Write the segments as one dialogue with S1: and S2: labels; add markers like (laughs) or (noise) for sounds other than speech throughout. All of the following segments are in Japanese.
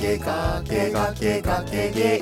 S1: ゲガゲガゲガゲゲ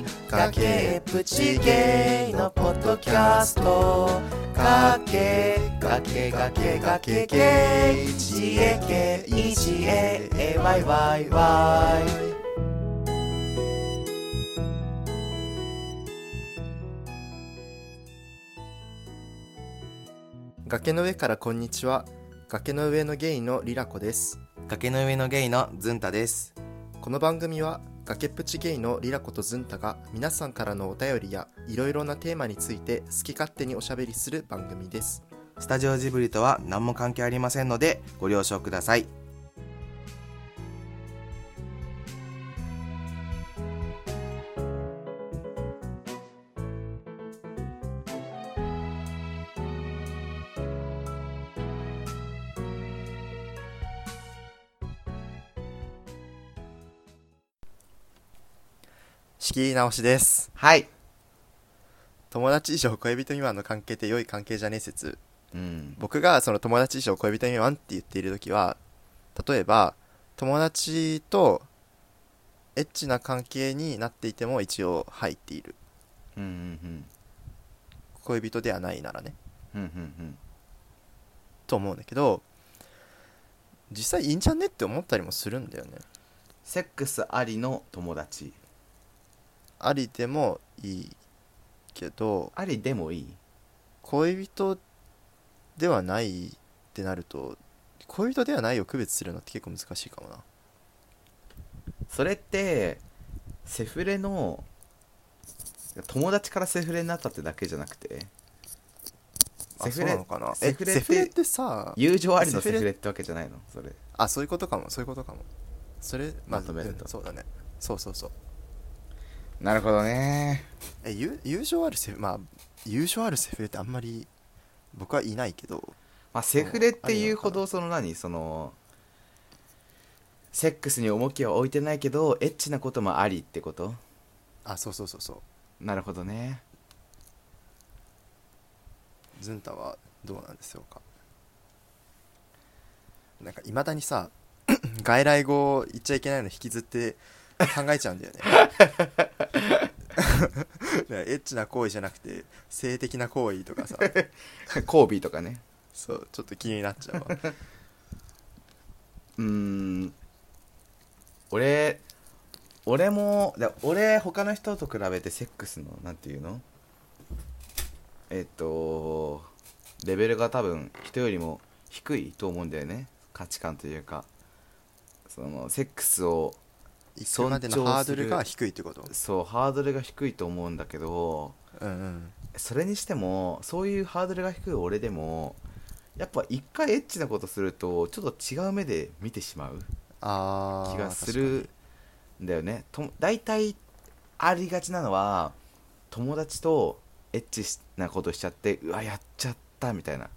S1: イ崖っぷちゲイのポッドキャスト崖崖崖崖ゲイ GAKEGAAYYY 崖の上からこんにちは崖の上のゲイのリラコです
S2: 崖の上のゲイのズンタです。
S1: この番組は崖っぷちゲイのリラコとズンタが皆さんからのお便りやいろいろなテーマについて好き勝手におしゃべりする番組です
S2: スタジオジブリとは何も関係ありませんのでご了承ください。
S1: 仕切り直しです
S2: はい。
S1: 友達以上恋人未満の関係って良い関係じゃねえ説
S2: うん。
S1: 僕がその友達以上恋人未満って言っている時は例えば友達とエッチな関係になっていても一応入っている
S2: うんうん
S1: 恋人ではないならね
S2: うん。うんうん
S1: と思うんだけど実際いいんじゃねって思ったりもするんだよね
S2: セックスありの友達。
S1: ありでもいいけど
S2: ありでもいい
S1: 恋人ではないってなると恋人ではないを区別するのって結構難しいかもな
S2: それって、セフレの、友達からセフレになったってだけじゃなくて、
S1: あ
S2: セ
S1: そう
S2: フ
S1: な
S2: レ
S1: の、かなえ
S2: セ
S1: セ
S2: フ
S1: フ
S2: レ
S1: レ
S2: って
S1: ってさ
S2: 友情ありの
S1: セ
S2: セフ
S1: フ
S2: レ
S1: レ
S2: ってわけじゃないのそれ。
S1: あそういうことかもそういうことかもそれ
S2: まとめると
S1: うんそうだねそうそうそう
S2: なるほどね。
S1: え優優勝あるセフまあ優勝あるセフレってあんまり僕はいないけど
S2: まあ、セフレっていうほどその何そのセックスに重きは置いてないけどエッチなこともありってこと
S1: あそうそうそうそう
S2: なるほ
S1: (laughs)
S2: どね
S1: ズンタはどうなんでしょうかなんかいまだにさ (coughs) 外来語を言っちゃいけないの引きずって考えちゃうんだよ
S2: (laughs)
S1: ねだからエッチな行為じゃなくて性的な行為とかさ
S2: コービーとかね
S1: そうちょっと気になっ
S2: (laughs)
S1: ちゃうわ
S2: うーん俺俺もだ俺他の人と比べてセックスのなんていうのえっとレベルが多分人よりも低いと思うんだよね価値観というかそのセックスを
S1: 行くまでのハードルが低いってこと
S2: そうハードルが低いと思うんだけど
S1: うんうん
S2: それにしてもそういうハードルが低い俺でもやっぱ一回エッチなことするとちょっと違う目で見てしまう
S1: あー
S2: 気がするんだよねと大体ありがちなのは友達とエッチなことしちゃってうわやっちゃったみたいな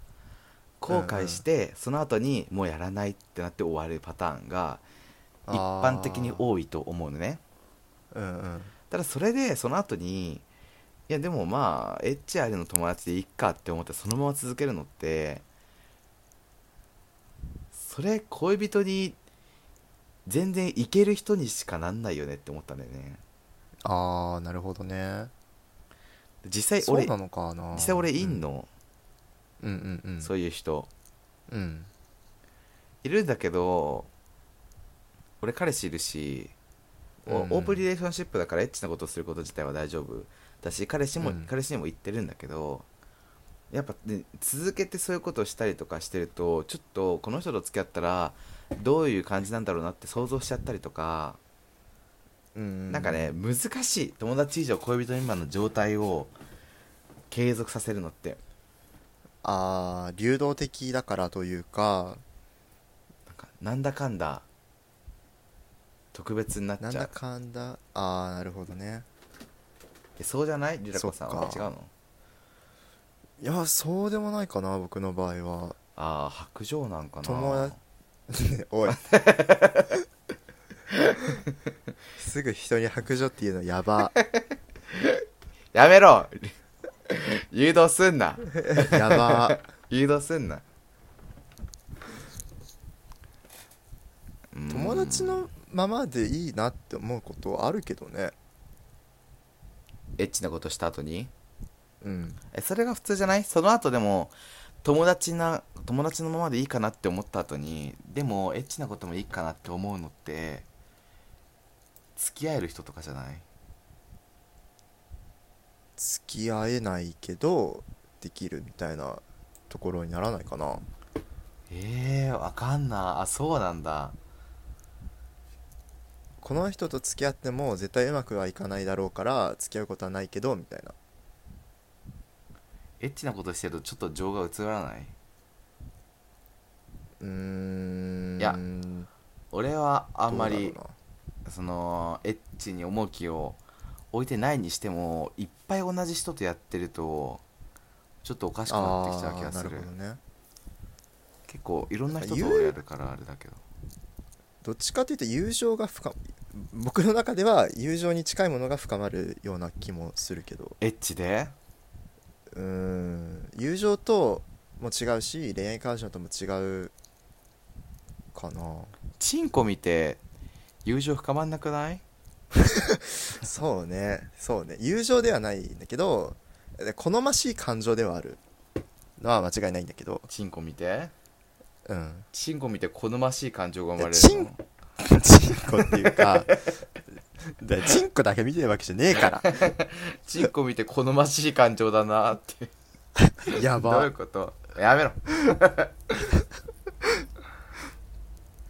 S2: 後悔して、その後にもうやらないってなって終わるパターンが一
S1: 確か
S2: 般的に多いと思うのね
S1: あーうんうん
S2: ただそれでその後にいやでもまあエッチありの友達でいっかって思ってそのまま続けるのってそれ恋人に全然いける人にしかなんないよねって思ったんだよね
S1: ああなるほどね
S2: 実際
S1: そう
S2: 俺
S1: なのかな
S2: 実際俺いんの、
S1: うんうんうん
S2: そういう人
S1: うん
S2: いるんだけど俺彼氏いるし、お
S1: うん
S2: オープンリレーションシップだからエッチなことをすること自体は大丈夫だし彼氏も、
S1: うん
S2: 彼氏にも言ってるんだけどやっぱ、ね、続けてそういうことをしたりとかしてるとちょっとこの人と付き合ったらどういう感じなんだろうなって想像しちゃったりとか、
S1: うん
S2: なんかね難しい友達以上恋人未満の状態を継続させるのって
S1: あー流動的だからというか
S2: なんかなんだかんだ特別になっちゃ
S1: な
S2: うん
S1: だかんだあーなるほどね
S2: えそうじゃないリラコさん
S1: そ
S2: は
S1: っ
S2: 違
S1: か
S2: うの
S1: いやそうでもないかな僕の場合は (laughs)
S2: ああ白状なんかな
S1: 友達ね
S2: (laughs)
S1: おいすぐ人に白状っていうのやば
S2: やめろ (laughs) 誘導すんな
S1: やば
S2: 誘導すんなうん
S1: 友達のままでいいなって思うことあるけどね
S2: エッチなことした後に
S1: うん
S2: えそれが普通じゃないその後でも友達な友達のままでいいかなって思った後にでもエッチなこともいいかなって思うのって付き合える人とかじゃない
S1: 付き合えないけどできるみたいなところにならないかな
S2: えー、わかんなあそうなんだ
S1: この人と付き合っても絶対うまくはいかないだろうから付き合うことはないけどみたいな
S2: エッチなことしてるとちょっと情が映らないう
S1: ーん
S2: いや俺はあ
S1: あ
S2: んまりそのエッチに重きを置いてないにしてもいっぱい同じ人とやってるとちょっとおかしくなってきちゃう気がす
S1: な
S2: る
S1: るほどね
S2: 結構いろんな人と
S1: なんか言う
S2: やるからあれだけど
S1: どっちかというと友情が深僕の中では友情に近いものが深まるような気もするけど
S2: エッチで
S1: うーん友情とも違うし恋愛感情とも違うかな
S2: チンコ見て友情深まんなくない
S1: そうねそうね友情ではないんだけどで好ましい感情ではあるのは間違いないんだけど
S2: チンコ見て
S1: うん
S2: チンコ見て好ましい感情が生まれるの
S1: チンチンコっていうかだチンコだけ見てるわけじゃねえか
S2: チンコ見て好ましい感情だなって
S1: らや
S2: どうい
S1: ば
S2: うことやめろ (laughs)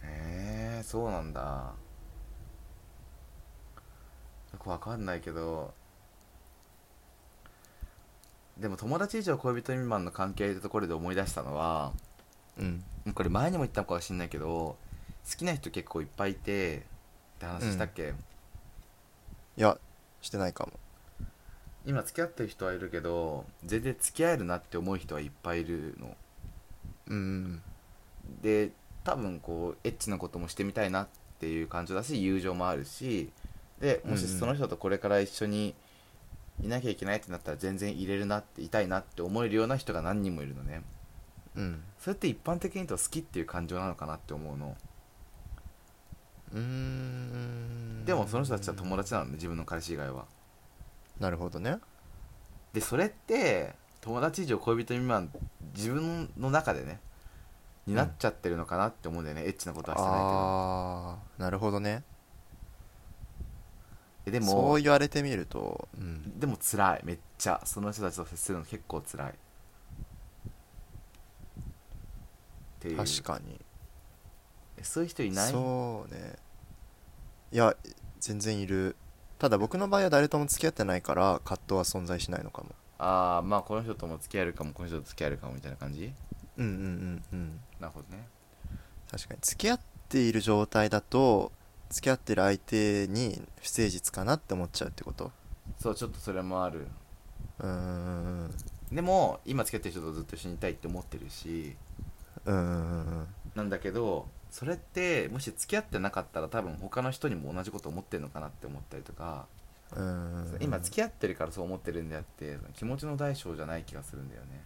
S2: えー、そうなんだよくわかんないけどでも友達以上恋人未満の関係ってところで思い出したのは
S1: うん
S2: これ前にも言ったのかもしんないけど好きな人結構いっぱいいてって話したっけ、
S1: いやしてないかも
S2: 今付き合ってる人はいるけど全然付き合えるなって思う人はいっぱいいるの
S1: うん
S2: で多分こうエッチなこともしてみたいなっていう感情だし友情もあるしでもし
S1: うんうん
S2: その人とこれから一緒にいなきゃいけないってなったら全然入れるなっていたいなって思えるような人が何人もいるのね
S1: うん
S2: それって一般的に言うと好きっていう感情なのかなって思うの
S1: うーん
S2: でもその人たちは友達なのね自分の彼氏以外は
S1: なるほどね
S2: でそれって友達以上恋人未満自分の中でねになっちゃってるのかなって思うんだよね、エッチなことはしてないけど
S1: ああなるほどね
S2: えで
S1: そ
S2: も
S1: う言われてみると、うん、
S2: でも辛いめっちゃその人たちと接するの結構辛いっていう
S1: 確かに
S2: えそういう人いない
S1: そうねいや全然いるただ僕の場合は誰とも付き合ってないから葛藤は存在しないのかも
S2: ああまあこの人とも付き合えるかもこの人と付き合えるかもみたいな感じ
S1: うんうんうんうん
S2: なるほどね
S1: 確かに付き合っている状態だと付き合ってる相手に不誠実かなって思っちゃうってこと
S2: そうちょっとそれもある
S1: うーん
S2: でも今付き合ってる人とずっと一緒にいたいって思ってるし
S1: うんうんうん
S2: なんだけどそれってもし付き合ってなかったら多分他の人にも同じこと思ってるのかなって思ったりとか、
S1: うんうんうん
S2: 今付き合ってるからそう思ってるんであって気持ちの大小じゃない気がするんだよね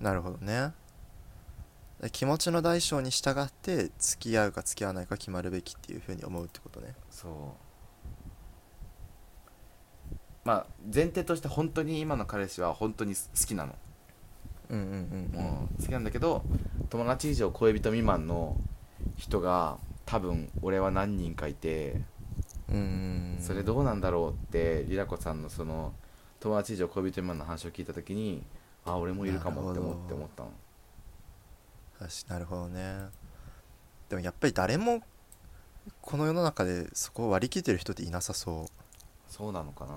S1: なるほどね気持ちの代償に従って付き合うか付き合わないか決まるべきっていうふうに思うってことね
S2: そうまあ前提として本当に今の彼氏は本当に好きなの
S1: うんうんうんうん
S2: もう好きなんだけど友達以上恋人未満の人が多分俺は何人かいて
S1: うんうんうん
S2: それどうなんだろうってりらこさんのその友達以上恋人未満の話を聞いた時にあ俺もいるかもって思っ
S1: なるほど
S2: て思ったの
S1: 確なるほどねでもやっぱり誰もこの世の中でそこを割り切ってる人っていなさそ
S2: そうなのかな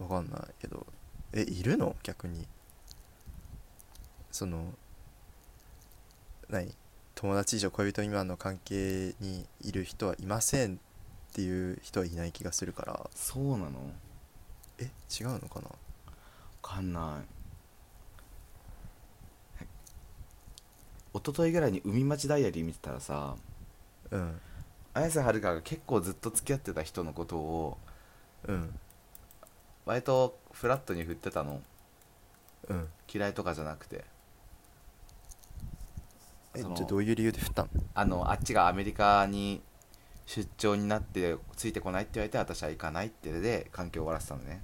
S1: うわかんないけどえいるの逆にその何友達以上恋人未満の関係にいる人はいませんっていう人はいない気がするから
S2: そうなのわ
S1: え違うのかな
S2: かんない一昨日ぐらいに海町ダイアリー見てたらさ
S1: うん
S2: 綾瀬はるかが結構ずっと付き合ってた人のことを
S1: うん
S2: 割とフラットに振ってたの
S1: うん
S2: 嫌いとかじゃなくて
S1: えじ
S2: そ
S1: ゃ
S2: の
S1: あどういう理由で振ったの
S2: あのあっちがアメリカに出張になってついてこないって言われて私は行かないってで環境を終わらせたのね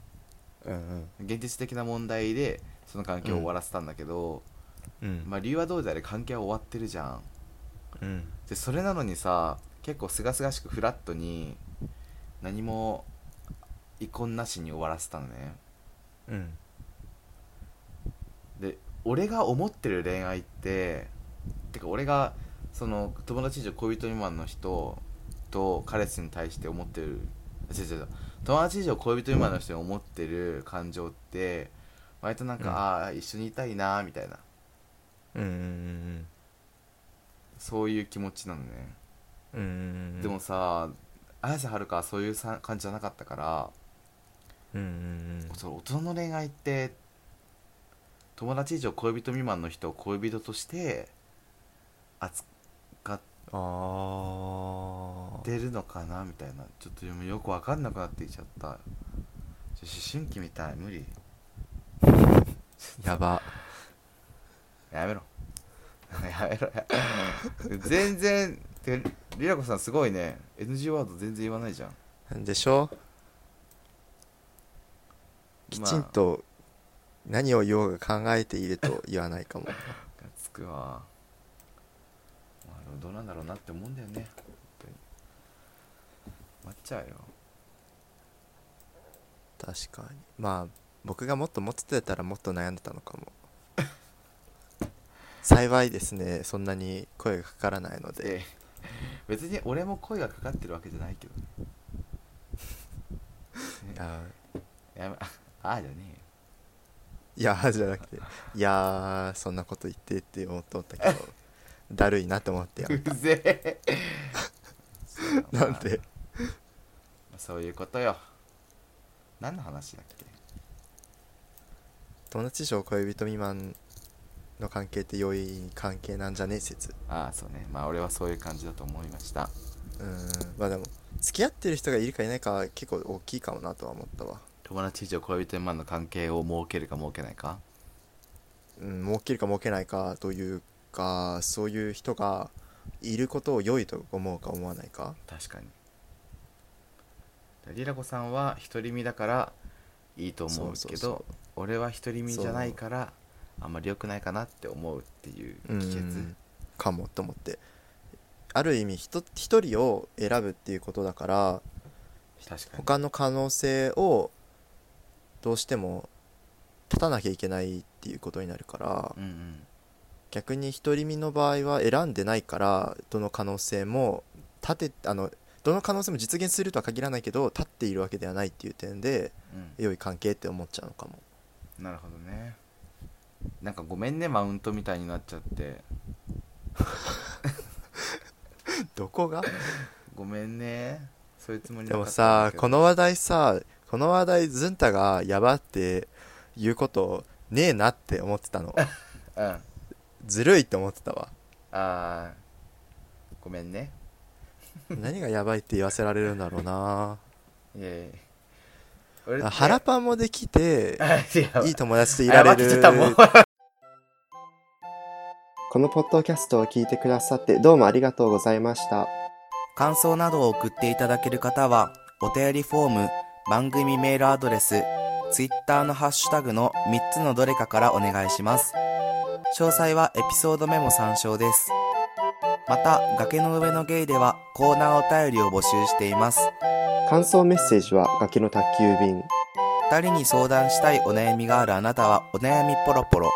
S1: うん
S2: 現実的な問題でその環境を終わらせたんだけ
S1: う
S2: ど、
S1: んうん
S2: まあ理由はどうであれ関係は終わってるじゃん
S1: うん
S2: でそれなのにさ結構すがすがしくフラットに何も遺恨なしに終わらせたのね
S1: うん
S2: で俺が思ってる恋愛っててか俺がその友達以上恋人未満の人と彼氏に対して思ってる違う違う違う友達以上恋人未満の人に思ってる感情って割となんか、
S1: うん
S2: ああ一緒にいたいなみたいな
S1: うんうん
S2: そういう気持ちなのね、
S1: うんうん
S2: でもさ綾瀬はるかはそういうさ感じじゃなかったから
S1: うんうん
S2: その大人の恋愛って友達以上恋人未満の人を恋人として扱っ
S1: ああ
S2: てるのかなみたいなちょっとでもよく分かんなくなってきちゃったちょ思春期みたい無理
S1: やば
S2: やめろ (laughs) やめろや (laughs) 全然てかりらこさんすごいね NG ワード全然言わないじゃん
S1: でしょきちんと何を言おうが考えていると言わないかも
S2: がつくわまあでもどうなんだろうなって思うんだよね本当に待っちゃうよ
S1: 確かにまあ僕がもっと持ってたらもっと悩んでたのか (laughs) も幸いですねそんなに声がかからないので
S2: で別に俺も声がかかってるわけじゃないけどね
S1: いや
S2: やめ (laughs) ああじゃねえよ
S1: いやーじゃなくていやーそんなこと言ってって思っとったけ (laughs) どだるいなって思ってやめ
S2: うぜえそうだ
S1: (laughs) な
S2: お前
S1: んで
S2: そういうことよ何の話だっけ
S1: 友達以上恋人未満の関係って良い関係なんじゃねえ説
S2: ああそうねまあ俺はそういう感じだと思いました
S1: うんまあでも付き合ってる人がいるかいないかは結構大きいかもなとは思ったわ
S2: 友達以上恋人未満の関係を設けるか設けないか
S1: うん儲けるか儲けないかというかそういう人がいることを良いと思うか思わないか
S2: 確かにリラコさんは独り身だからいいと思
S1: そ
S2: うけど
S1: うそうそ
S2: 俺は独り身じゃないからあんまり良くないかなって思うっていう
S1: う
S2: 帰結、
S1: んかもと思ってある意味ひと一人を選ぶっていうことだから
S2: 確かに
S1: 他の可能性をどうしても立たなきゃいけないっていうことになるから
S2: うんうん
S1: 逆に独り身の場合は選んでないからどの可能性も立てあのどの可能性も実現するとは限らないけど立っているわけではないっていう点で良い関係って思っちゃうのかも
S2: うんなるほどねなんかごめんねマウントみたいになっちゃって
S1: どこが
S2: ごめんねそういうつもり
S1: でも
S2: なかったんだ
S1: さ
S2: けど
S1: この話題さこの話題ズンタがやばって言うことねえなって思ってた
S2: (laughs)
S1: の
S2: うんあ
S1: ずるいって思ってたわ
S2: あーごめんね
S1: 何がやばいって言わせられるんだろう
S2: (laughs)
S1: ない
S2: やいや俺って (laughs)
S1: 腹パンもできて
S2: あいや
S1: いい友達といられ
S2: 謝って
S1: る
S2: たもん
S1: このポッドキャストを聞いてくださってどうもありがとうございました
S3: 感想などを送っていただける方は、お便りフォーム、番組メールアドレス、ツイッターのハッシュタグの3つのどれかからお願いします。詳細はエピソードメモ参照です。また、崖の上のゲイではコーナーお便りを募集しています。
S1: 感想メッセージは崖の宅急便
S3: 二人に相談したいお悩みがあるあなたはお悩みポロポロ。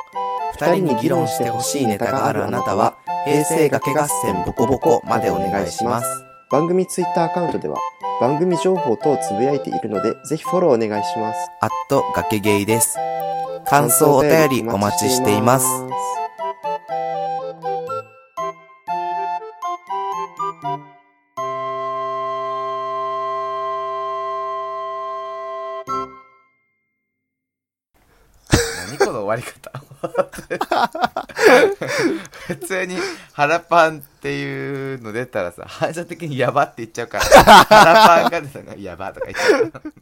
S3: 二人に議論してほしいネタがあるあなたは、平成崖合戦ボコボコまでお願いします。
S1: 番組ツイッターアカウントでは番組情報等をつぶやいているのでぜひフォローお願いします
S3: アット崖ゲイです。感想お便りお待ちしています。
S2: 何この終わ
S1: (laughs)
S2: り方普通に腹パンっていう
S1: (laughs)
S2: の出たらさ反射的にやばって言っちゃうから腹パンが出たらやばとか言っちゃう